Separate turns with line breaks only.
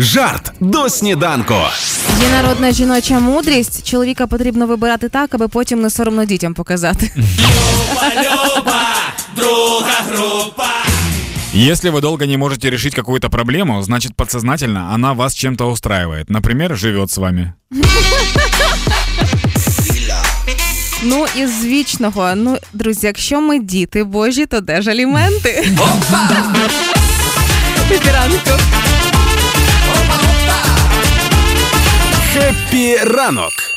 Жарт до сніданку.
Є народна жіноча мудрість. Чоловіка потрібно вибирати так, аби потім не соромно дітям показати.
Если вы долго не можете решить какую-то проблему, значит подсознательно она вас чем-то устраивает. Например, живет с вами.
Ну і з вічного. Ну, друзі, якщо ми діти божі, то де ж аліменти? Ранку.
Хеппі ранок